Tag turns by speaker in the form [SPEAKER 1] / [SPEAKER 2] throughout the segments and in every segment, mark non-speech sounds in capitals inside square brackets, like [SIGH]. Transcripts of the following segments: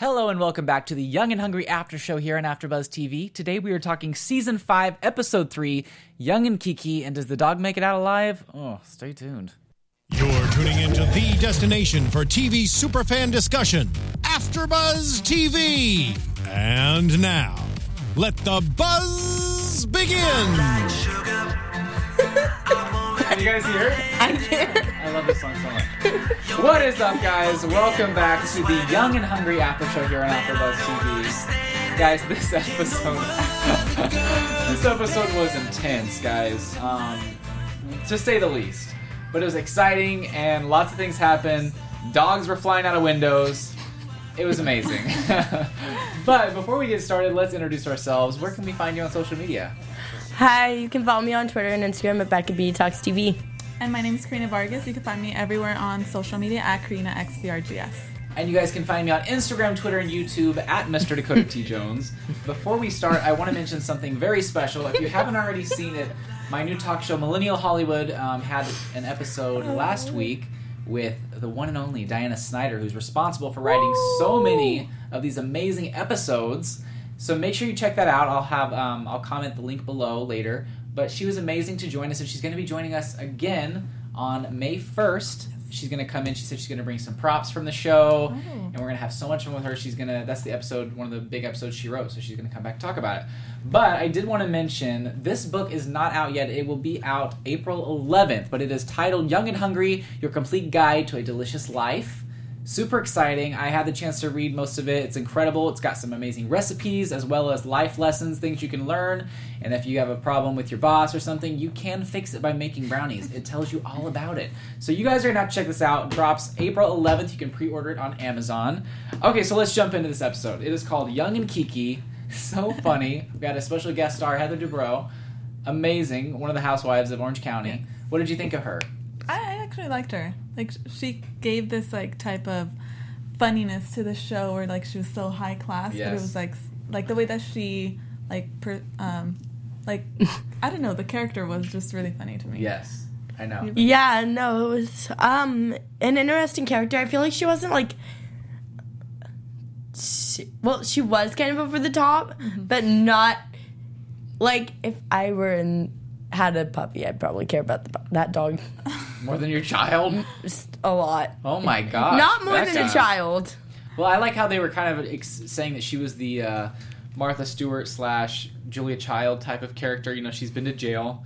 [SPEAKER 1] Hello and welcome back to the Young and Hungry After Show here on AfterBuzz TV. Today we are talking Season 5, Episode 3, Young and Kiki, and does the dog make it out alive? Oh, stay tuned.
[SPEAKER 2] You're tuning into the destination for TV superfan discussion, AfterBuzz TV. And now, let the buzz begin.
[SPEAKER 1] Can you guys hear?
[SPEAKER 3] I'm here.
[SPEAKER 1] I love this song so much. what is up, guys? Welcome back to the Young and Hungry After Show here on AfterBuzz TV. Guys, this episode, [LAUGHS] this episode was intense, guys, um, to say the least. But it was exciting, and lots of things happened. Dogs were flying out of windows. It was amazing. [LAUGHS] but before we get started, let's introduce ourselves. Where can we find you on social media?
[SPEAKER 3] Hi, you can follow me on Twitter and Instagram at Becca B Talks TV.
[SPEAKER 4] And my name is Karina Vargas. You can find me everywhere on social media at KarinaXVRGS.
[SPEAKER 1] And you guys can find me on Instagram, Twitter, and YouTube at Mr. Dakota T. Jones. Before we start, I want to mention something very special. If you haven't already seen it, my new talk show, Millennial Hollywood, um, had an episode last week with the one and only Diana Snyder, who's responsible for writing so many of these amazing episodes. So make sure you check that out. I'll have um, I'll comment the link below later. But she was amazing to join us, and she's going to be joining us again on May first. She's going to come in. She said she's going to bring some props from the show, and we're going to have so much fun with her. She's going to that's the episode one of the big episodes she wrote, so she's going to come back and talk about it. But I did want to mention this book is not out yet. It will be out April 11th, but it is titled Young and Hungry: Your Complete Guide to a Delicious Life super exciting. I had the chance to read most of it. It's incredible. It's got some amazing recipes as well as life lessons, things you can learn. And if you have a problem with your boss or something, you can fix it by making brownies. It tells you all about it. So you guys are gonna have to check this out. It drops April 11th. You can pre-order it on Amazon. Okay, so let's jump into this episode. It is called Young and Kiki. [LAUGHS] So funny. We got a special guest star, Heather Dubrow. Amazing. One of the housewives of Orange County. What did you think of her?
[SPEAKER 4] I, I actually liked her. Like sh- she gave this like type of funniness to the show, where like she was so high class, but
[SPEAKER 1] Yes.
[SPEAKER 4] it was like s- like the way that she like per, um like I don't know the character was just really funny to me.
[SPEAKER 1] Yes. I
[SPEAKER 3] [LAUGHS]
[SPEAKER 1] know.
[SPEAKER 3] Yeah, no, it was um an interesting character. I feel like she wasn't like she, well, she was kind of over the top, but not like if I were in had a puppy, I'd probably care about the, pu- that dog
[SPEAKER 1] More than your child?
[SPEAKER 3] just a lot.
[SPEAKER 1] Oh [LAUGHS] my gosh.
[SPEAKER 3] not more
[SPEAKER 1] that
[SPEAKER 3] than
[SPEAKER 1] guy.
[SPEAKER 3] a child.
[SPEAKER 1] Well, I like how they were kind of ex- saying that she was the uh, Martha Stewart slash Julia Child type of character. You know, she's been to jail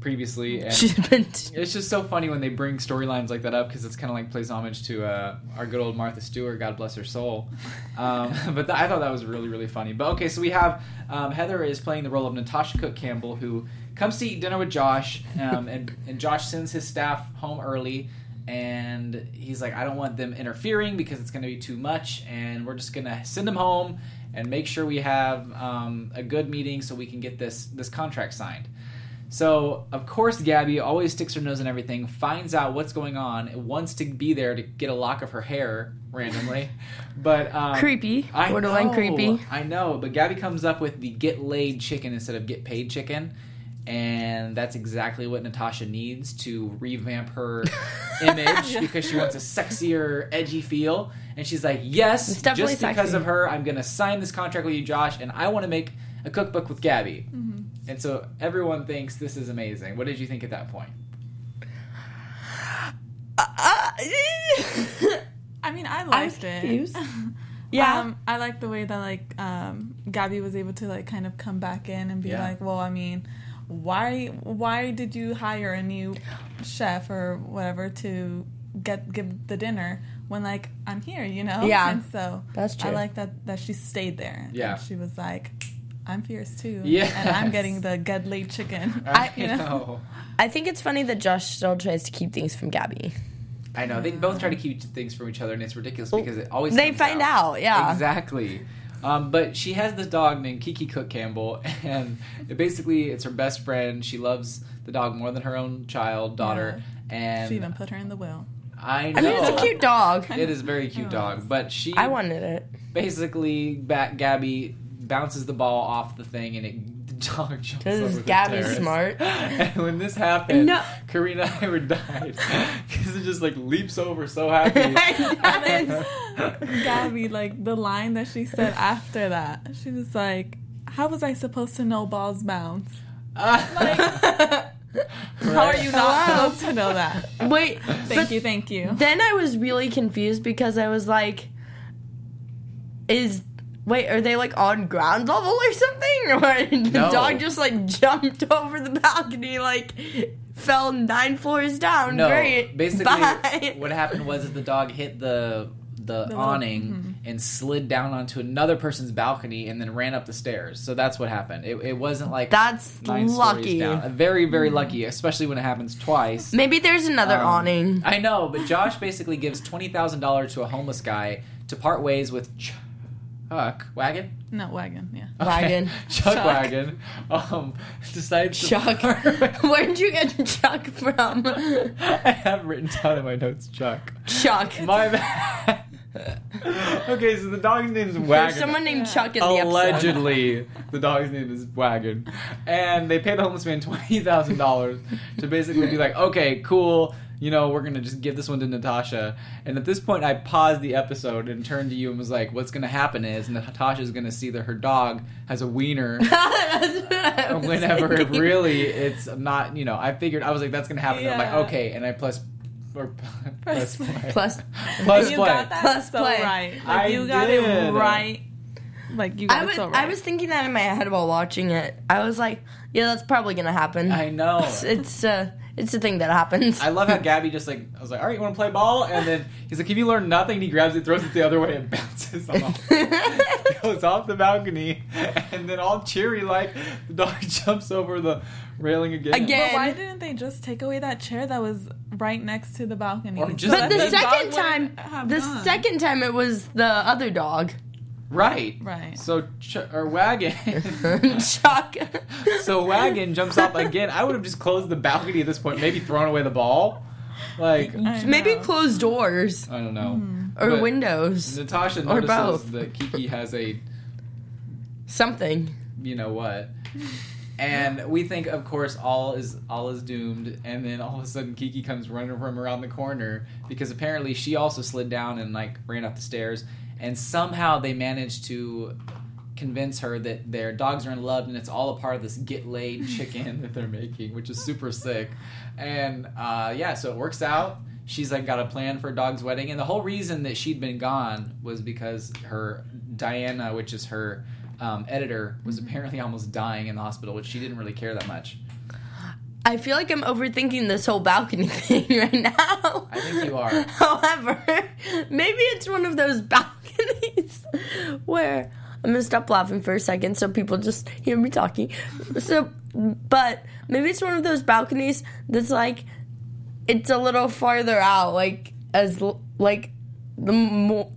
[SPEAKER 1] previously, and
[SPEAKER 3] [LAUGHS] She's
[SPEAKER 1] [LAUGHS]
[SPEAKER 3] been
[SPEAKER 1] it's just so funny when they bring storylines like that up because it's kind of like plays homage to uh, our good old Martha Stewart, God bless her soul. Um, but th- I thought that was really, really funny. But okay, so we have um, Heather is playing the role of Natasha Cook Campbell, who comes to eat dinner with Josh, um, and, and Josh sends his staff home early. And he's like, I don't want them interfering because it's going to be too much, and we're just going to send them home and make sure we have um, a good meeting so we can get this this contract signed. So, of course, Gabby always sticks her nose in everything, finds out what's going on, wants to be there to get a lock of her hair
[SPEAKER 3] [LAUGHS]
[SPEAKER 1] randomly. but um,
[SPEAKER 3] creepy.
[SPEAKER 1] I
[SPEAKER 3] borderline
[SPEAKER 1] know,
[SPEAKER 3] creepy.
[SPEAKER 1] I know, but Gabby comes up with the get laid chicken instead of get paid chicken. And that's exactly what Natasha needs to revamp
[SPEAKER 3] [LAUGHS]
[SPEAKER 1] her image because she wants a sexier, edgy feel. And she's like, Yes,
[SPEAKER 3] It's definitely
[SPEAKER 1] just because
[SPEAKER 3] sexy.
[SPEAKER 1] of her, I'm going to sign this contract with you, Josh, and I want to make a cookbook with Gabby.
[SPEAKER 3] Mm-hmm.
[SPEAKER 1] And so everyone thinks this is amazing. What did you think at that point?
[SPEAKER 4] I mean I liked
[SPEAKER 3] confused.
[SPEAKER 4] [LAUGHS] it.
[SPEAKER 3] yeah.
[SPEAKER 4] Um, I like the way that like um, Gabby was able to like kind of come back in and be
[SPEAKER 1] Yeah.
[SPEAKER 4] like, well, I mean, why why did you hire a new chef or whatever to get give the dinner when like I'm here, you know?
[SPEAKER 3] Yeah.
[SPEAKER 4] And so
[SPEAKER 3] That's true.
[SPEAKER 4] I like that that she stayed there.
[SPEAKER 1] Yeah.
[SPEAKER 4] And she was like, I'm fierce too.
[SPEAKER 1] Yes.
[SPEAKER 4] And I'm getting the good
[SPEAKER 1] [LAUGHS]
[SPEAKER 4] laid chicken. [LAUGHS] you
[SPEAKER 1] know.
[SPEAKER 3] I think it's funny that Josh still tries to keep things from Gabby.
[SPEAKER 1] I know. They both try to keep things from each other, and it's ridiculous because it always
[SPEAKER 3] Uh, They
[SPEAKER 1] comes
[SPEAKER 3] find out, yeah.
[SPEAKER 1] exactly. Um, but she has this dog named Kiki Cook Campbell, [LAUGHS] and it basically it's her best friend. She loves the dog more than her own child daughter, and
[SPEAKER 4] She even put her in the will.
[SPEAKER 1] I know
[SPEAKER 3] I mean, it's a cute dog.
[SPEAKER 1] It is a very cute dog, but she
[SPEAKER 3] I wanted it.
[SPEAKER 1] basically ba- Gabby bounces the ball off the thing and it dog [LAUGHS] jumps over
[SPEAKER 3] Because
[SPEAKER 1] the
[SPEAKER 3] Gabby's
[SPEAKER 1] terrace.
[SPEAKER 3] smart.
[SPEAKER 1] [LAUGHS] And when this happened,
[SPEAKER 3] No.
[SPEAKER 1] Karina [LAUGHS] and I were died because it just like leaps over so
[SPEAKER 3] [LAUGHS]
[SPEAKER 1] happy.
[SPEAKER 4] Gabby, like the line that she said after that, she was like, "How was I supposed to know balls bounce?
[SPEAKER 1] [LAUGHS]
[SPEAKER 4] How are you not supposed to
[SPEAKER 3] [LAUGHS]
[SPEAKER 4] know that?
[SPEAKER 3] Wait,
[SPEAKER 4] Thank you, thank you.
[SPEAKER 3] then I was really confused because I was like, is. Wait, are they like on ground level or something? [LAUGHS] Or the
[SPEAKER 1] No.
[SPEAKER 3] dog just like jumped [LAUGHS] over the balcony, like fell nine floors down.
[SPEAKER 1] No,
[SPEAKER 3] Great. [LAUGHS]
[SPEAKER 1] basically,
[SPEAKER 3] Bye.
[SPEAKER 1] what happened was is the dog hit the the,
[SPEAKER 4] little-
[SPEAKER 1] awning and slid down onto another person's balcony and then ran up the stairs. So that's what happened. It, it wasn't like
[SPEAKER 3] That's
[SPEAKER 1] nine stories
[SPEAKER 3] lucky.
[SPEAKER 1] down. Very very lucky, especially when it happens twice.
[SPEAKER 3] Maybe there's another
[SPEAKER 1] Um,
[SPEAKER 3] awning.
[SPEAKER 1] I know, but Josh basically gives twenty thousand dollars to a homeless guy to part ways with Chuck Wagon.
[SPEAKER 4] No wagon, yeah.
[SPEAKER 1] [LAUGHS] Okay.
[SPEAKER 3] Wagon.
[SPEAKER 1] [LAUGHS]
[SPEAKER 3] [LAUGHS]
[SPEAKER 1] Chuck,
[SPEAKER 3] Chuck.
[SPEAKER 1] Wagon. Um, [LAUGHS] decides to
[SPEAKER 3] Chuck.
[SPEAKER 1] part ways- [LAUGHS]
[SPEAKER 3] Where'd you get Chuck from?
[SPEAKER 1] I have written down in my notes Chuck.
[SPEAKER 3] Chuck.
[SPEAKER 1] My bad. [LAUGHS] okay, so the dog's name is
[SPEAKER 3] There's
[SPEAKER 1] Wagon.
[SPEAKER 3] someone named Chuck in the episode.
[SPEAKER 1] Allegedly, the dog's name is Wagon, and they pay the homeless man twenty thousand dollars to basically be like, okay, cool. You know, we're gonna just give this one to Natasha. And at this point, I paused the episode and turned to you and was like, "What's gonna happen is Natasha's gonna see that her dog has a wiener."
[SPEAKER 3] [LAUGHS] [LAUGHS] That's what I was
[SPEAKER 1] whenever
[SPEAKER 3] thinking.
[SPEAKER 1] really it's not you know i figured i was like that's gonna happen and i'm
[SPEAKER 4] Yeah.
[SPEAKER 1] like okay and i plus or [LAUGHS] plus
[SPEAKER 4] Press
[SPEAKER 1] play.
[SPEAKER 3] [LAUGHS] Plus,
[SPEAKER 1] Plus
[SPEAKER 4] you
[SPEAKER 1] play.
[SPEAKER 4] got that
[SPEAKER 3] Plus
[SPEAKER 4] so
[SPEAKER 3] play.
[SPEAKER 4] right. Like
[SPEAKER 1] I
[SPEAKER 4] you got
[SPEAKER 1] did.
[SPEAKER 4] it right. Like you got
[SPEAKER 3] I
[SPEAKER 4] it
[SPEAKER 3] was
[SPEAKER 4] so right.
[SPEAKER 3] I was thinking that in my head while watching it. I was like, yeah, that's probably gonna happen.
[SPEAKER 1] i
[SPEAKER 3] [LAUGHS]
[SPEAKER 1] know
[SPEAKER 3] It's it's uh, it's a thing that happens.
[SPEAKER 1] i love how gabby just like i was like all right you want to play ball and then he's like if you learn nothing and he grabs it throws it the other way and [LAUGHS] bounces
[SPEAKER 3] [LAUGHS]
[SPEAKER 1] off goes off the balcony and then all cheery like the dog [LAUGHS] jumps over the railing again
[SPEAKER 3] Again.
[SPEAKER 4] But why didn't they just take away that chair that was right next to the balcony?
[SPEAKER 1] Or just-
[SPEAKER 3] but
[SPEAKER 1] But
[SPEAKER 3] the
[SPEAKER 1] the
[SPEAKER 3] second
[SPEAKER 4] dog
[SPEAKER 3] time,
[SPEAKER 4] wouldn't have
[SPEAKER 3] the
[SPEAKER 4] gone.
[SPEAKER 3] second time it was the other dog, [LAUGHS]
[SPEAKER 1] right
[SPEAKER 4] Right.
[SPEAKER 1] so ch- or wagon
[SPEAKER 3] Chuck.
[SPEAKER 1] so wagon jumps off again i would have just closed the balcony at this point maybe thrown away the ball like
[SPEAKER 4] I
[SPEAKER 3] Maybe
[SPEAKER 4] know.
[SPEAKER 3] closed doors
[SPEAKER 1] I don't know.
[SPEAKER 3] or
[SPEAKER 1] But
[SPEAKER 3] windows,
[SPEAKER 1] Natasha
[SPEAKER 3] Mm-hmm. Or
[SPEAKER 1] notices
[SPEAKER 3] both.
[SPEAKER 1] that Kiki has a
[SPEAKER 3] something.
[SPEAKER 1] you know what. And we think of course all is all is doomed and then all of a sudden Kiki comes running from around the corner because apparently she also slid down and like ran up the stairs and somehow they managed to convince her that their dogs are in love and it's all a part of this get laid chicken that they're making, which is super sick. And uh, yeah, so it works out. She's like got a plan for a dog's wedding, and the whole reason that she'd been gone was because her Diana, which is her um, editor, was apparently almost dying in the hospital, which she didn't really care that much.
[SPEAKER 3] I feel like I'm overthinking this whole balcony [LAUGHS] thing right now.
[SPEAKER 1] [LAUGHS] I think you are.
[SPEAKER 3] [LAUGHS] However, maybe it's one of those [LAUGHS] balconies where I'm gonna stop laughing for a second so people just hear me talking. So, but maybe it's one of those balconies that's like it's a little farther out, like as l- like the more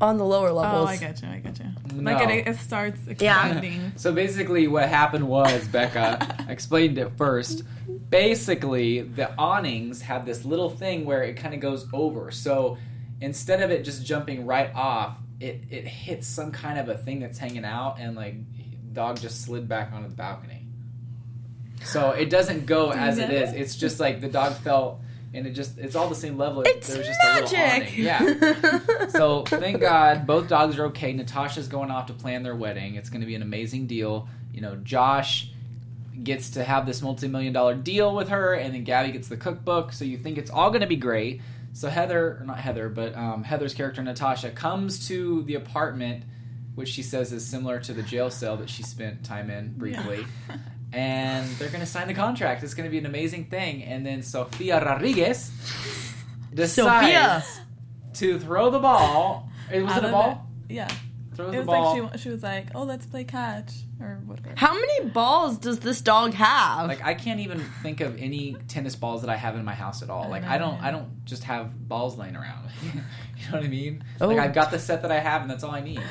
[SPEAKER 3] on the lower
[SPEAKER 4] Oh,
[SPEAKER 3] levels.
[SPEAKER 4] I get you. I get you.
[SPEAKER 1] No.
[SPEAKER 4] Like it, it starts expanding.
[SPEAKER 1] So basically, what happened was
[SPEAKER 3] [LAUGHS]
[SPEAKER 1] Becca explained it first. Basically, the awnings have this little thing where it kind of goes over. So instead of it just jumping right off, it it hits some kind of a thing that's hanging out, and like dog just slid back onto the balcony. So it doesn't go as it is. It's just like the dog fell, and it just it's all the same level.
[SPEAKER 3] It's
[SPEAKER 1] there was just A little
[SPEAKER 3] magic.
[SPEAKER 1] awning. Yeah.
[SPEAKER 3] [LAUGHS]
[SPEAKER 1] So thank God both dogs are okay. Natasha's going off to plan their wedding. It's going to be an amazing deal. You know, Josh gets to have this multi-million dollar deal with her, and then Gabby gets the cookbook. So you think it's all going to be great. So Heather, or not Heather, but um, Heather's character Natasha comes to the apartment, which she says is similar to the jail cell that she spent time in briefly. And they're going to sign the contract. It's going to be an amazing thing. And then Sofia Rodriguez decides
[SPEAKER 3] Sophia.
[SPEAKER 1] to throw the ball. It was
[SPEAKER 4] Out
[SPEAKER 1] it a
[SPEAKER 4] of
[SPEAKER 1] ball?
[SPEAKER 4] it- Yeah.
[SPEAKER 1] Throws the
[SPEAKER 4] It was
[SPEAKER 1] ball.
[SPEAKER 4] like she, she was like, "Oh, let's play catch or whatever."
[SPEAKER 3] How many balls does this dog have?
[SPEAKER 1] like I can't even think of any tennis balls that I have in my house at all. Like
[SPEAKER 4] know,
[SPEAKER 1] I don't,
[SPEAKER 4] yeah.
[SPEAKER 1] I don't just have balls laying around. [LAUGHS] you know what I mean?
[SPEAKER 3] Oh.
[SPEAKER 1] Like I've got the set that I have, and that's all I need.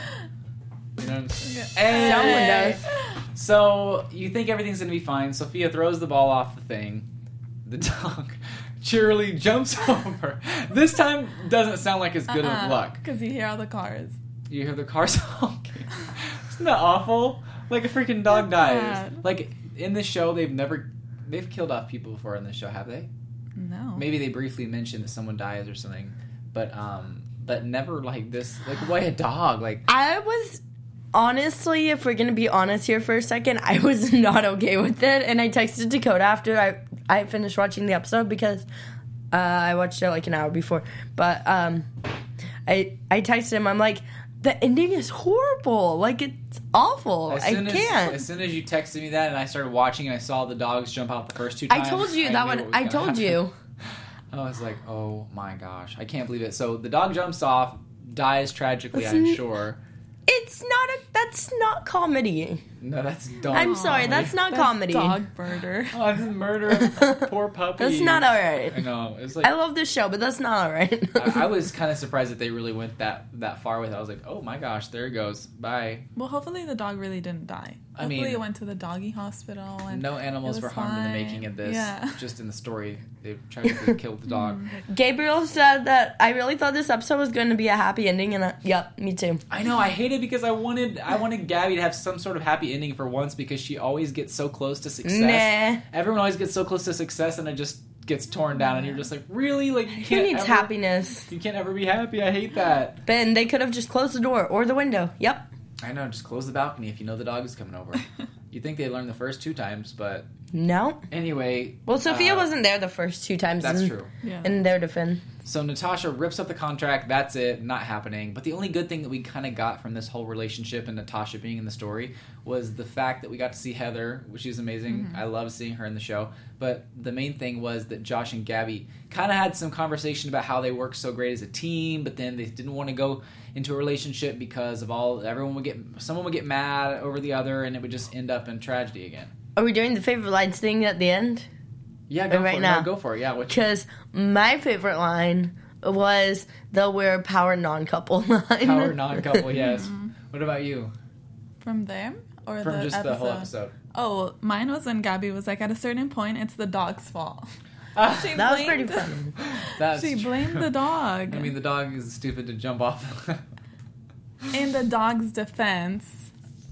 [SPEAKER 1] You know what I'm saying?
[SPEAKER 3] Someone
[SPEAKER 1] And-
[SPEAKER 3] does.
[SPEAKER 1] So you think everything's gonna be fine. Sophia throws the ball off the thing. The dog [LAUGHS] cheerily jumps [LAUGHS] over. This time doesn't sound like as good
[SPEAKER 4] Uh-uh.
[SPEAKER 1] of luck.
[SPEAKER 4] Because you hear all the cars.
[SPEAKER 1] [LAUGHS] You hear the car honking. Isn't that awful? like a freaking dog dies.
[SPEAKER 4] bad.
[SPEAKER 1] Like in this show, they've never they've killed off people before in this show, have they?
[SPEAKER 4] No.
[SPEAKER 1] Maybe they briefly mentioned that someone dies or something, but um, but never like this. Like why a dog? Like
[SPEAKER 3] I was honestly, if we're gonna be honest here for a second, I was [LAUGHS] not okay with it, and I texted Dakota after I I finished watching the episode because uh, I watched it like an hour before, but um, I I texted him. I'm like, the ending is horrible. Like it's awful.
[SPEAKER 1] as
[SPEAKER 3] I
[SPEAKER 1] soon
[SPEAKER 3] can't.
[SPEAKER 1] as as soon as you texted me that, and I started watching, and I saw the dogs jump out the first two. times.
[SPEAKER 3] I told you
[SPEAKER 1] knew
[SPEAKER 3] that
[SPEAKER 1] what
[SPEAKER 3] one.
[SPEAKER 1] was
[SPEAKER 3] I
[SPEAKER 1] gonna
[SPEAKER 3] told
[SPEAKER 1] happen.
[SPEAKER 3] you.
[SPEAKER 1] [LAUGHS] I was like, oh my gosh, I can't believe it. So the dog jumps off, dies tragically,
[SPEAKER 3] It's
[SPEAKER 1] I'm
[SPEAKER 3] n-
[SPEAKER 1] sure.
[SPEAKER 3] It's not a. That's not comedy.
[SPEAKER 1] No, that's dumb.
[SPEAKER 3] I'm sorry. That's not
[SPEAKER 4] That's
[SPEAKER 3] comedy.
[SPEAKER 4] Dog murder.
[SPEAKER 1] [LAUGHS] Oh, it's a murder of poor puppy.
[SPEAKER 3] That's not all right.
[SPEAKER 1] I know. It's like
[SPEAKER 3] I love this show, but that's not all right.
[SPEAKER 1] I, I
[SPEAKER 3] [LAUGHS]
[SPEAKER 1] was kind of surprised that they really went that that far with it. I was like, oh my gosh, there it goes. Bye.
[SPEAKER 4] Well, hopefully the dog really didn't die.
[SPEAKER 1] I
[SPEAKER 4] Hopefully
[SPEAKER 1] mean-
[SPEAKER 4] it went to the doggy hospital and
[SPEAKER 1] No animals
[SPEAKER 4] was
[SPEAKER 1] were harmed in the
[SPEAKER 4] fine.
[SPEAKER 1] making of this.
[SPEAKER 4] Yeah.
[SPEAKER 1] Just in the story, they
[SPEAKER 3] [LAUGHS]
[SPEAKER 1] tragically killed the dog.
[SPEAKER 3] Mm-hmm. Gabriel said that I really thought this episode was going to be a happy ending, and I, yep, me too.
[SPEAKER 1] I know. I hate it because I wanted I wanted Gabby to have some sort of happy ending for once because she always gets so close to success.
[SPEAKER 3] Nah,
[SPEAKER 1] Everyone always gets so close to success and it just gets torn down, and you're just like, really? Like you
[SPEAKER 3] who
[SPEAKER 1] can't
[SPEAKER 3] needs
[SPEAKER 1] ever-
[SPEAKER 3] happiness?
[SPEAKER 1] You can't ever be happy. I hate that.
[SPEAKER 3] Ben, they could have just closed the door or the window. Yep.
[SPEAKER 1] I know. Just close the balcony if you know the dog is coming over. you think they learned the first two times, but
[SPEAKER 3] No.
[SPEAKER 1] anyway.
[SPEAKER 3] Well, Sophia
[SPEAKER 1] uh,
[SPEAKER 3] wasn't there the first two times.
[SPEAKER 1] That's
[SPEAKER 3] in,
[SPEAKER 1] true.
[SPEAKER 4] yeah.
[SPEAKER 3] In their defense,
[SPEAKER 1] So Natasha rips up the contract. That's it. Not happening. But the only good thing that we kind of got from this whole relationship and Natasha being in the story was the fact that we got to see Heather, which is amazing. I love seeing her in the show. But the main thing was that Josh and Gabby kind of had some conversation about how they work so great as a team, but then they didn't want to go into a relationship because of all everyone would get someone would get mad over the other, and it would just end up in tragedy again.
[SPEAKER 3] are we doing the favorite lines thing at the end?
[SPEAKER 1] Yeah, go
[SPEAKER 3] Right
[SPEAKER 1] for
[SPEAKER 3] now.
[SPEAKER 1] it. No, go for it. Yeah,
[SPEAKER 3] [LAUGHS]
[SPEAKER 1] which
[SPEAKER 3] Because my favorite line was the "We're a power non-couple" [LAUGHS] line.
[SPEAKER 1] power non-couple? Yes. What about you?
[SPEAKER 4] From them or
[SPEAKER 1] From
[SPEAKER 4] the
[SPEAKER 1] just
[SPEAKER 4] episode?
[SPEAKER 1] the whole episode.
[SPEAKER 4] Oh, mine was when Gabby was like, at a certain point, it's the dog's fault.
[SPEAKER 1] [LAUGHS]
[SPEAKER 4] she
[SPEAKER 3] [LAUGHS] that was pretty
[SPEAKER 4] blamed-
[SPEAKER 3] fun.
[SPEAKER 1] Ah, That's
[SPEAKER 4] [LAUGHS] She
[SPEAKER 1] true.
[SPEAKER 4] blamed the
[SPEAKER 1] [LAUGHS]
[SPEAKER 4] dog.
[SPEAKER 1] I mean, the dog is stupid to jump off. [LAUGHS]
[SPEAKER 4] in the dog's defense,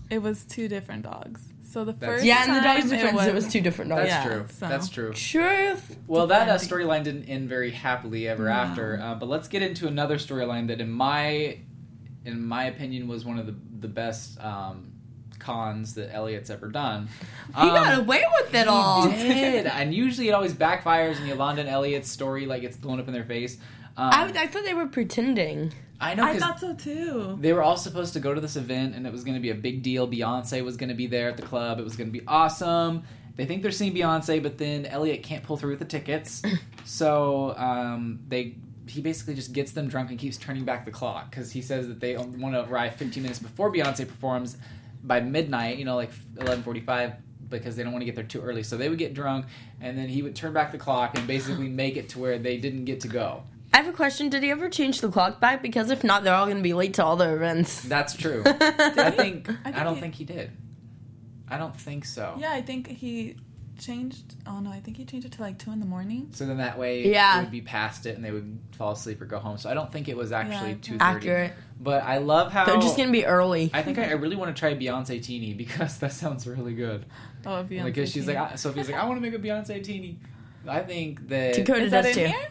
[SPEAKER 4] it was two different dogs. So the
[SPEAKER 1] That's-
[SPEAKER 4] first
[SPEAKER 3] yeah, in the
[SPEAKER 4] time
[SPEAKER 3] dog's defense, it was two different dogs.
[SPEAKER 1] That's
[SPEAKER 4] Yeah,
[SPEAKER 1] true.
[SPEAKER 4] so-
[SPEAKER 1] That's true.
[SPEAKER 3] Truth.
[SPEAKER 1] Well, that uh, storyline didn't end very happily ever after. Uh, but let's get into another storyline that, in my in my opinion, was one of the the best um, cons that Elliot's ever
[SPEAKER 4] [LAUGHS]
[SPEAKER 1] done.
[SPEAKER 3] He
[SPEAKER 1] Um,
[SPEAKER 3] got away with it all.
[SPEAKER 1] he did. and usually it always backfires in Yolanda and Elliot's story, like it's blown up in their face. Um,
[SPEAKER 3] I, I thought they were pretending.
[SPEAKER 1] I know
[SPEAKER 4] I
[SPEAKER 1] 'cause
[SPEAKER 4] thought so too.
[SPEAKER 1] They were all supposed to go to this event, and it was going to be a big deal. Beyonce was going to be there at the club. It was going to be awesome. They think they're seeing Beyonce, but then Elliot can't pull through with the tickets, so um, they he basically just gets them drunk and keeps turning back the clock because he says that they want to arrive 15 minutes before Beyonce performs by midnight. You know, like 11:45. Because they don't want to get there too early, so they would get drunk, and then he would turn back the clock and basically make it to where they didn't get to go.
[SPEAKER 3] I have a question. Did he ever change the clock back? Because if not, they're all going to be late to all their events.
[SPEAKER 1] That's
[SPEAKER 3] [LAUGHS]
[SPEAKER 1] true. I think I,
[SPEAKER 4] think
[SPEAKER 1] don't
[SPEAKER 4] he-
[SPEAKER 1] think he did. I don't think so.
[SPEAKER 4] Yeah, I think he changed. Oh no, I think he changed it to like two in the morning.
[SPEAKER 1] So then that way
[SPEAKER 3] Yeah.
[SPEAKER 1] it would be past it and they would fall asleep or go home. So I don't think it was actually
[SPEAKER 4] Yeah.
[SPEAKER 1] two thirty.
[SPEAKER 3] Accurate.
[SPEAKER 1] But I love how
[SPEAKER 3] They're just going to be early.
[SPEAKER 1] I think I, I really want to try Beyonce Teeny [LAUGHS] because that sounds really good.
[SPEAKER 4] Oh, Beyonce.
[SPEAKER 1] Because she's like
[SPEAKER 4] came.
[SPEAKER 1] I, Sophie's like I want to make a Beyonce Teeny. I think that
[SPEAKER 3] Dakota
[SPEAKER 4] is that
[SPEAKER 3] does
[SPEAKER 4] in
[SPEAKER 3] too.
[SPEAKER 4] here?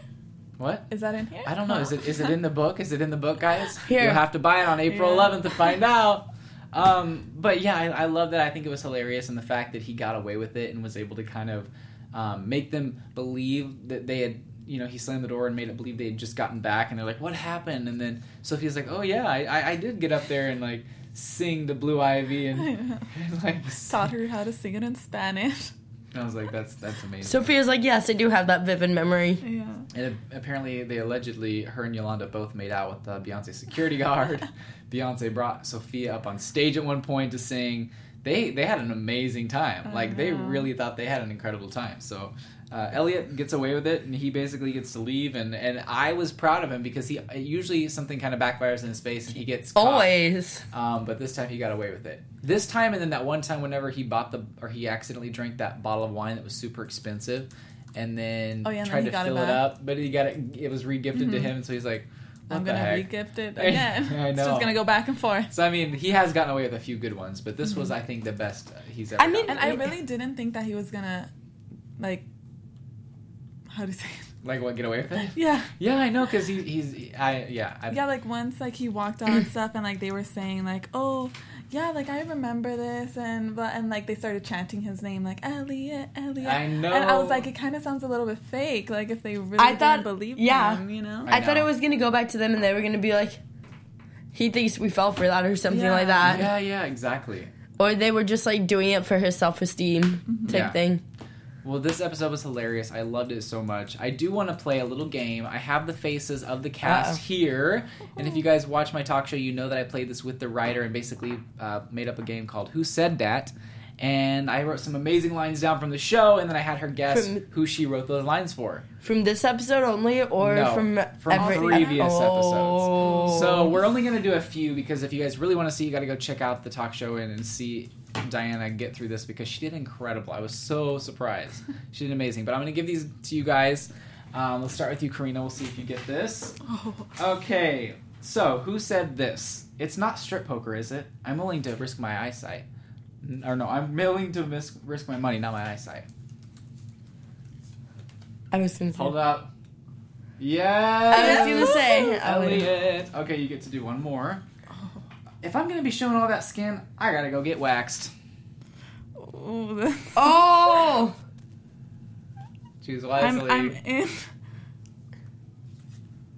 [SPEAKER 1] what
[SPEAKER 4] Is that in here?
[SPEAKER 1] I don't know. Is it is it
[SPEAKER 4] [LAUGHS]
[SPEAKER 1] in the book? Is it in the book, guys?
[SPEAKER 3] Here.
[SPEAKER 1] You'll have to buy it on April
[SPEAKER 4] Yeah.
[SPEAKER 1] 11th to find out. Um, but yeah, I, I love that. I think it was hilarious, and the fact that he got away with it and was able to kind of um, make them believe that they had. You know, he slammed the door and made it believe they had just gotten back, and they're like, "What happened?" And then Sophia's like, "Oh yeah, I, I, I did get up there and like sing to Blue Ivy and, [LAUGHS] and like."
[SPEAKER 4] [LAUGHS]
[SPEAKER 1] [LAUGHS]
[SPEAKER 4] Taught her how to sing it in Spanish. [LAUGHS]
[SPEAKER 1] I was like, "That's that's amazing."
[SPEAKER 3] Sophia's like, yes, I do have that vivid memory.
[SPEAKER 4] Yeah.
[SPEAKER 1] And apparently, they allegedly, her and Yolanda both made out with the Beyonce security guard. Beyonce brought Sophia up on stage at one point to sing. They they had an amazing time. like they really thought they had an incredible time. So uh, Elliot gets away with it, and he basically gets to leave. And, and I was proud of him because he uh, usually something kind of backfires in his face, and he gets caught.
[SPEAKER 3] Always.
[SPEAKER 1] Um, but this time he got away with it. This time, and then that one time, whenever he bought the or he accidentally drank that bottle of wine that was super expensive, and then
[SPEAKER 4] Oh, yeah, and
[SPEAKER 1] tried
[SPEAKER 4] then he
[SPEAKER 1] to
[SPEAKER 4] got it
[SPEAKER 1] fill it
[SPEAKER 4] back. Mm-hmm.
[SPEAKER 1] up, but he got it. It was regifted to him, so he's like,
[SPEAKER 4] I'm
[SPEAKER 1] the
[SPEAKER 4] gonna
[SPEAKER 1] heck?
[SPEAKER 4] regift it again.
[SPEAKER 1] [LAUGHS] I
[SPEAKER 4] It's
[SPEAKER 1] know.
[SPEAKER 4] just gonna go back and forth.
[SPEAKER 1] So I mean, he has gotten away with a few good ones, but this was, I think, the best uh, he's ever.
[SPEAKER 3] I mean-
[SPEAKER 1] gotten.
[SPEAKER 4] And Mm-hmm. I really didn't think that he was gonna, like, how do you say it? [LAUGHS]
[SPEAKER 1] like what get away with it?
[SPEAKER 4] Yeah.
[SPEAKER 1] Yeah, I know, cause he, he's I yeah I,
[SPEAKER 4] Yeah, like once like he walked out
[SPEAKER 1] [CLEARS THROAT]
[SPEAKER 4] and stuff, and like they were saying like, oh, yeah, like I remember this, and but and like they started chanting his name like Elliot, Elliot.
[SPEAKER 1] I know.
[SPEAKER 4] And I was like, it kind of sounds a little bit fake, like if they really
[SPEAKER 3] I
[SPEAKER 4] didn't
[SPEAKER 3] thought-
[SPEAKER 4] believe
[SPEAKER 3] yeah.
[SPEAKER 4] him, you know.
[SPEAKER 1] I
[SPEAKER 3] I, thought
[SPEAKER 1] know.
[SPEAKER 3] it was gonna go back to them, and they were gonna be like, "He thinks we fell for that" or something like
[SPEAKER 4] Yeah.
[SPEAKER 3] that,
[SPEAKER 1] yeah yeah exactly.
[SPEAKER 3] or they were just like doing it for his self-esteem type
[SPEAKER 1] Mm-hmm. Yeah.
[SPEAKER 3] thing.
[SPEAKER 1] Well, this episode was hilarious. I loved it so much. I do want to play a little game. I have the faces of the cast
[SPEAKER 3] Uh-oh.
[SPEAKER 1] here, and if you guys watch my talk show, you know that I played this with the writer and basically uh, made up a game called "Who Said That." And I wrote some amazing lines down from the show, and then I had her guess
[SPEAKER 3] From-
[SPEAKER 1] who she wrote those lines for.
[SPEAKER 3] From this episode only, or
[SPEAKER 1] No,
[SPEAKER 3] from
[SPEAKER 1] from
[SPEAKER 3] every
[SPEAKER 1] previous
[SPEAKER 3] Oh.
[SPEAKER 1] So we're only going to do a few because if you guys really want to see, you got to go check out the talk show and, and see Diana get through this because she did incredible. I was so surprised. She did amazing. But I'm going to give these to you guys. Um, let's start with you, Karina. We'll see if you get this. Okay. So who said this? It's not strip poker, is it? I'm willing to risk my eyesight. N- Or no, I'm willing to mis- risk my money, not my eyesight.
[SPEAKER 3] I was gonna say.
[SPEAKER 1] Hold up.
[SPEAKER 3] I
[SPEAKER 1] Yes.
[SPEAKER 3] was gonna say. oh, I would-
[SPEAKER 1] Elliot. Okay, you get to do one more. If I'm gonna be showing all that skin, I gotta go get waxed.
[SPEAKER 4] Ooh, that's-
[SPEAKER 3] [LAUGHS] Oh,
[SPEAKER 1] Choose
[SPEAKER 4] I'm,
[SPEAKER 1] wisely.
[SPEAKER 4] I'm in.
[SPEAKER 3] [LAUGHS]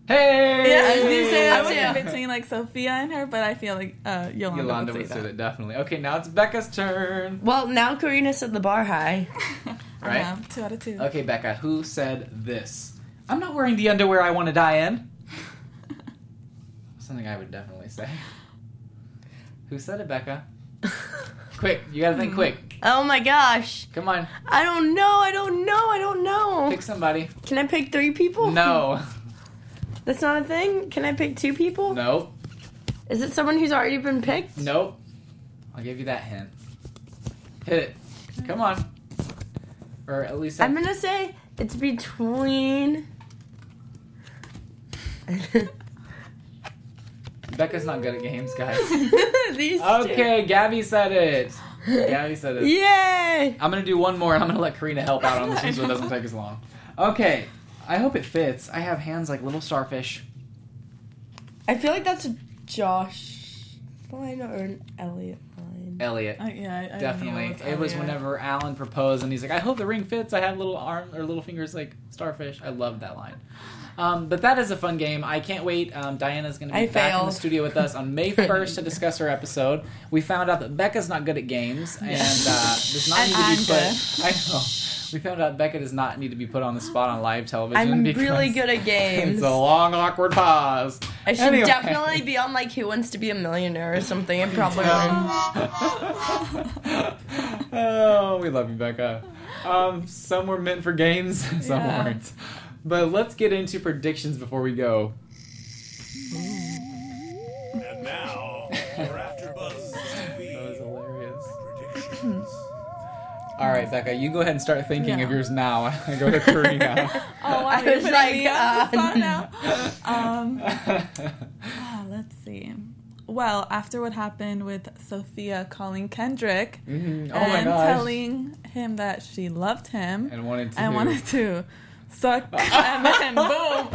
[SPEAKER 1] Hey!
[SPEAKER 4] Yeah,
[SPEAKER 3] I was gonna say
[SPEAKER 4] I
[SPEAKER 3] that
[SPEAKER 4] was
[SPEAKER 3] too.
[SPEAKER 4] in between like Sophia and her, but I feel like uh, Yolanda,
[SPEAKER 1] Yolanda
[SPEAKER 4] would
[SPEAKER 1] would
[SPEAKER 4] say
[SPEAKER 1] say
[SPEAKER 4] that.
[SPEAKER 1] that definitely. Okay, now it's Becca's turn.
[SPEAKER 3] well, now Karina said the bar high. [LAUGHS]
[SPEAKER 4] [LAUGHS] I
[SPEAKER 1] Right?
[SPEAKER 4] know, two out of two.
[SPEAKER 1] Okay, Becca, who said this? I'm not wearing the underwear I want to die
[SPEAKER 3] [LAUGHS]
[SPEAKER 1] in. Something I would definitely say. Who said it, Becca? Quick, you gotta think quick.
[SPEAKER 3] oh my gosh,
[SPEAKER 1] Come on,
[SPEAKER 3] I don't know, I don't know, I don't know.
[SPEAKER 1] pick
[SPEAKER 3] [LAUGHS]
[SPEAKER 1] somebody.
[SPEAKER 3] Can I pick three people?
[SPEAKER 1] No,
[SPEAKER 3] [LAUGHS] that's not a thing. Can I pick two people?
[SPEAKER 1] nope,
[SPEAKER 3] Is it someone who's already been picked?
[SPEAKER 1] nope. I'll give you that hint. Hit it. Come on. Or at least
[SPEAKER 3] I'm gonna say it's between. [LAUGHS]
[SPEAKER 1] Becca's not good at games,
[SPEAKER 3] [LAUGHS]
[SPEAKER 1] guys.
[SPEAKER 3] These
[SPEAKER 1] Okay, Gabby said
[SPEAKER 3] [LAUGHS]
[SPEAKER 1] it. Gabby said it.
[SPEAKER 3] two. [LAUGHS] Yay!
[SPEAKER 1] I'm gonna do one more. and I'm gonna let Karina help out on this one so it doesn't take as long. Okay. I hope it fits. I have hands like little starfish.
[SPEAKER 3] I feel like that's a Josh line or an Elliot line.
[SPEAKER 1] Elliot.
[SPEAKER 4] I, Uh, yeah, I, I knew
[SPEAKER 1] Definitely.
[SPEAKER 4] was
[SPEAKER 1] It was
[SPEAKER 4] Elliot.
[SPEAKER 3] [LAUGHS]
[SPEAKER 1] whenever Alan proposed and he's like, I hope the ring fits. I have little arm or little fingers like starfish. I love that line. Um, but that is a fun game. I can't wait. Um, Diana's going to be
[SPEAKER 3] I
[SPEAKER 1] back in the
[SPEAKER 3] failed.
[SPEAKER 1] studio with us on
[SPEAKER 3] [LAUGHS]
[SPEAKER 1] May 1st to discuss her episode. We found out that Becca's not good at games
[SPEAKER 3] [LAUGHS]
[SPEAKER 1] and uh, does not
[SPEAKER 4] And
[SPEAKER 1] need to be
[SPEAKER 4] I'm
[SPEAKER 1] put. [LAUGHS] I know. We found out Becca does not need to be put on the spot on live television.
[SPEAKER 3] I'm
[SPEAKER 1] because
[SPEAKER 3] really good at games.
[SPEAKER 1] [LAUGHS] It's a long, awkward pause.
[SPEAKER 3] I should
[SPEAKER 1] Anyway.
[SPEAKER 3] definitely be on like Who Wants to Be a Millionaire or something. and probably win.
[SPEAKER 1] oh, we love you, Becca. Um, some were meant for games, [LAUGHS] some
[SPEAKER 4] Yeah.
[SPEAKER 1] weren't. But let's get into predictions before we go.
[SPEAKER 2] And now, for After Buzz
[SPEAKER 1] That [LAUGHS] was
[SPEAKER 2] TV
[SPEAKER 1] hilarious.
[SPEAKER 2] predictions.
[SPEAKER 1] All right, Becca, you go ahead and start thinking of
[SPEAKER 4] Yeah.
[SPEAKER 1] yours now. [LAUGHS] I go to
[SPEAKER 4] [LAUGHS]
[SPEAKER 1] Karina.
[SPEAKER 4] Oh, I,
[SPEAKER 3] was
[SPEAKER 4] was
[SPEAKER 3] like,
[SPEAKER 4] like,
[SPEAKER 3] uh,
[SPEAKER 4] now.
[SPEAKER 1] [LAUGHS]
[SPEAKER 4] Um, ah, let's see. Well, after what happened with Sophia calling Kendrick
[SPEAKER 1] Mhm. Oh my
[SPEAKER 4] and
[SPEAKER 1] gosh.
[SPEAKER 4] telling him that she loved him
[SPEAKER 1] and wanted to.
[SPEAKER 4] I wanted to suck, and then boom. um,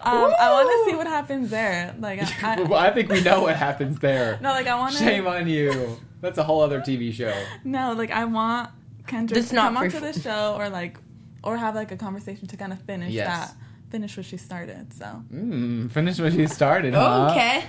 [SPEAKER 4] I want to see what happens there.
[SPEAKER 1] [LAUGHS]
[SPEAKER 4] Like,
[SPEAKER 1] [LAUGHS]
[SPEAKER 4] I,
[SPEAKER 1] Well, I think we know what happens there.
[SPEAKER 4] no, like I want to.
[SPEAKER 1] Shame on you. That's a whole other TV show.
[SPEAKER 4] No, like I want Kendrick
[SPEAKER 3] That's
[SPEAKER 4] to
[SPEAKER 3] not
[SPEAKER 4] come
[SPEAKER 3] free
[SPEAKER 4] onto
[SPEAKER 3] for-
[SPEAKER 4] the show or like or have like a conversation to kind of finish
[SPEAKER 1] Yes.
[SPEAKER 4] that finish what she started. So
[SPEAKER 1] Mm, finish what you started. huh?
[SPEAKER 4] Uh-huh.
[SPEAKER 3] Okay.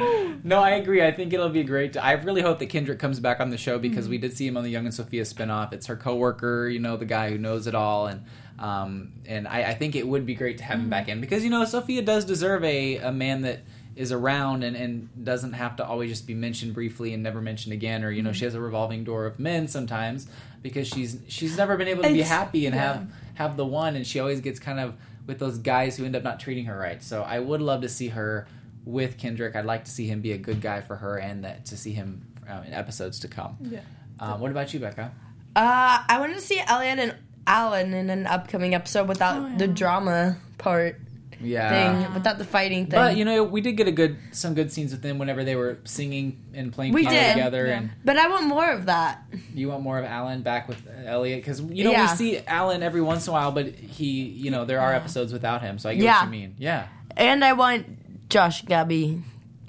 [SPEAKER 1] Okay. No, I agree. I think it'll be great. I really hope that Kendrick comes back on the show because we did see him on the Young and Sophia spinoff. It's her coworker, you know, the guy who knows it all, and um, and I, I think it would be great to have him back in because you know Sophia does deserve a a man that is around and, and doesn't have to always just be mentioned briefly and never mentioned again or you know she has a revolving door of men sometimes because she's she's never been able to be
[SPEAKER 3] It's-
[SPEAKER 1] happy and
[SPEAKER 4] yeah.
[SPEAKER 1] have have the one and she always gets kind of with those guys who end up not treating her right so i would love to see her with kendrick i'd like to see him be a good guy for her and that to see him um, in episodes to come
[SPEAKER 4] yeah.
[SPEAKER 1] um, what about you becca
[SPEAKER 3] Uh, I
[SPEAKER 4] Oh,
[SPEAKER 3] wanted to see Elliot and Alan in an upcoming episode without the drama part.
[SPEAKER 1] Yeah.
[SPEAKER 3] thing without the fighting thing.
[SPEAKER 1] But you know, we did get a good some good scenes with them whenever they were singing and playing
[SPEAKER 3] We
[SPEAKER 1] piano
[SPEAKER 3] did.
[SPEAKER 1] together.
[SPEAKER 4] Yeah.
[SPEAKER 1] And
[SPEAKER 3] But I want more of that.
[SPEAKER 1] you want more of Alan back with Elliot because you know
[SPEAKER 3] Yeah.
[SPEAKER 1] we see Alan every once in a while, but he, you know, there are episodes without him. So I get
[SPEAKER 3] Yeah.
[SPEAKER 1] what you mean. Yeah.
[SPEAKER 3] And I want Josh Gabby.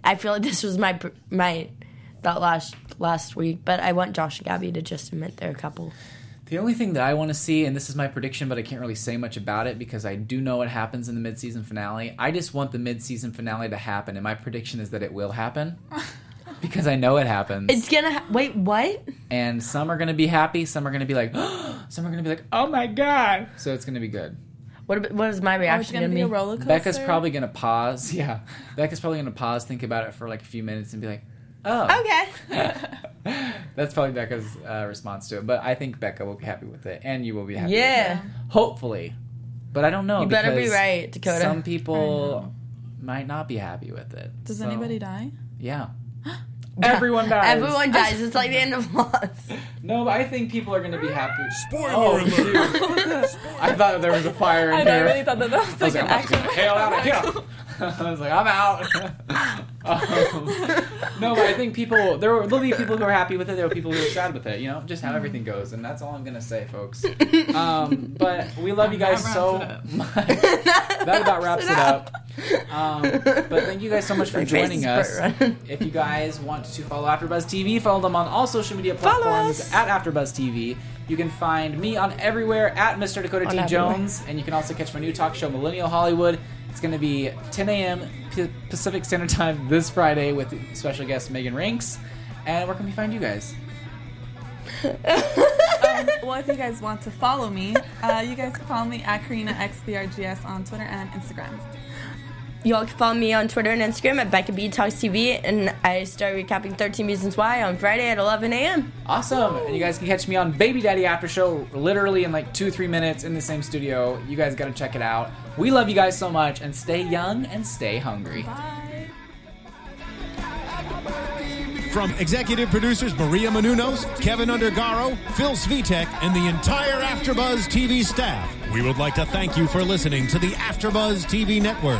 [SPEAKER 3] I feel like this was my pr- my thought last last week, but I want Josh and Gabby to just admit they're a couple.
[SPEAKER 1] The only thing that I want to see, and this is my prediction, but I can't really say much about it because I do know what happens in the mid-season finale. I just want the mid-season finale to happen, and my prediction is that it will
[SPEAKER 3] [LAUGHS]
[SPEAKER 1] happen because I know it happens.
[SPEAKER 3] It's gonna ha- wait. What?
[SPEAKER 1] and some are going to be happy, some are going to be like, [GASPS] some are going to be like, oh my god. So it's going to be good.
[SPEAKER 3] What? ab- What is my
[SPEAKER 4] Oh, it's
[SPEAKER 3] reaction
[SPEAKER 4] gonna be a
[SPEAKER 3] be?
[SPEAKER 4] roller coaster.
[SPEAKER 1] Becca's
[SPEAKER 4] [LAUGHS]
[SPEAKER 1] probably going to pause.
[SPEAKER 3] [LAUGHS]
[SPEAKER 1] Yeah, Becca's probably going to pause, think about it for like a few minutes, and be like, oh,
[SPEAKER 3] Okay. Oh.
[SPEAKER 1] [LAUGHS] That's probably Becca's uh, response to it, but I think Becca will be happy with it, and you will be happy. with it.
[SPEAKER 3] Yeah.
[SPEAKER 1] hopefully, but I don't know.
[SPEAKER 3] You better be
[SPEAKER 1] because
[SPEAKER 3] right, Dakota.
[SPEAKER 1] Some people might not be happy with it.
[SPEAKER 4] Does
[SPEAKER 1] So,
[SPEAKER 4] anybody die? [GASPS]
[SPEAKER 1] Yeah. Everyone dies. [LAUGHS]
[SPEAKER 3] Everyone dies. It's like the end of Lost.
[SPEAKER 1] No, but I think people are going to be happy.
[SPEAKER 2] Spoiler
[SPEAKER 1] Oh,
[SPEAKER 2] alert.
[SPEAKER 4] [LAUGHS]
[SPEAKER 1] shoot. I thought there was a fire in
[SPEAKER 4] I,
[SPEAKER 1] here.
[SPEAKER 4] really thought that that was
[SPEAKER 1] I was
[SPEAKER 4] like an
[SPEAKER 1] like, I'm
[SPEAKER 4] action.
[SPEAKER 1] gonna hail out [LAUGHS] of here. I was like, I'm out. [LAUGHS] Um, no, but I think people there will be people who are happy with it. There are people who are sad with it. You know, just how everything goes, and that's all I'm gonna say, folks. Um, but we love you
[SPEAKER 4] That
[SPEAKER 1] guys so
[SPEAKER 4] wraps
[SPEAKER 1] much. [LAUGHS] that about wraps it up. Um, but thank you guys so much for
[SPEAKER 3] My face
[SPEAKER 1] joining
[SPEAKER 3] is
[SPEAKER 1] us.
[SPEAKER 3] burnt red.
[SPEAKER 1] If you guys want to follow AfterBuzz TV, follow them on all social media
[SPEAKER 3] Follow
[SPEAKER 1] platforms
[SPEAKER 3] us.
[SPEAKER 1] at AfterBuzz TV. You can find me on everywhere at Mr. Dakota
[SPEAKER 3] On
[SPEAKER 1] T.
[SPEAKER 3] everywhere.
[SPEAKER 1] Jones, and you can also catch my new talk show, Millennial Hollywood. It's going to be 10 a.m. P- Pacific Standard Time this Friday with special guest Megan Rinks. And where can we find you guys?
[SPEAKER 4] Um, well, if you guys want to follow me, uh, you guys can follow me at KarinaXBRGS on Twitter and Instagram.
[SPEAKER 3] [LAUGHS] Y'all can follow me on Twitter and Instagram at Becca B Talks TV, and I start recapping 13 Reasons Why on Friday at 11 a.m.
[SPEAKER 1] Awesome! And you guys can catch me on Baby Daddy After Show literally in like two, three minutes in the same studio. You guys got to check it out. We love you guys so much, and stay young and stay hungry.
[SPEAKER 4] Bye.
[SPEAKER 2] From executive producers Maria Manunos, Kevin Undergaro, Phil Svitek, and the entire AfterBuzz TV staff, we would like to thank you for listening to the AfterBuzz TV network.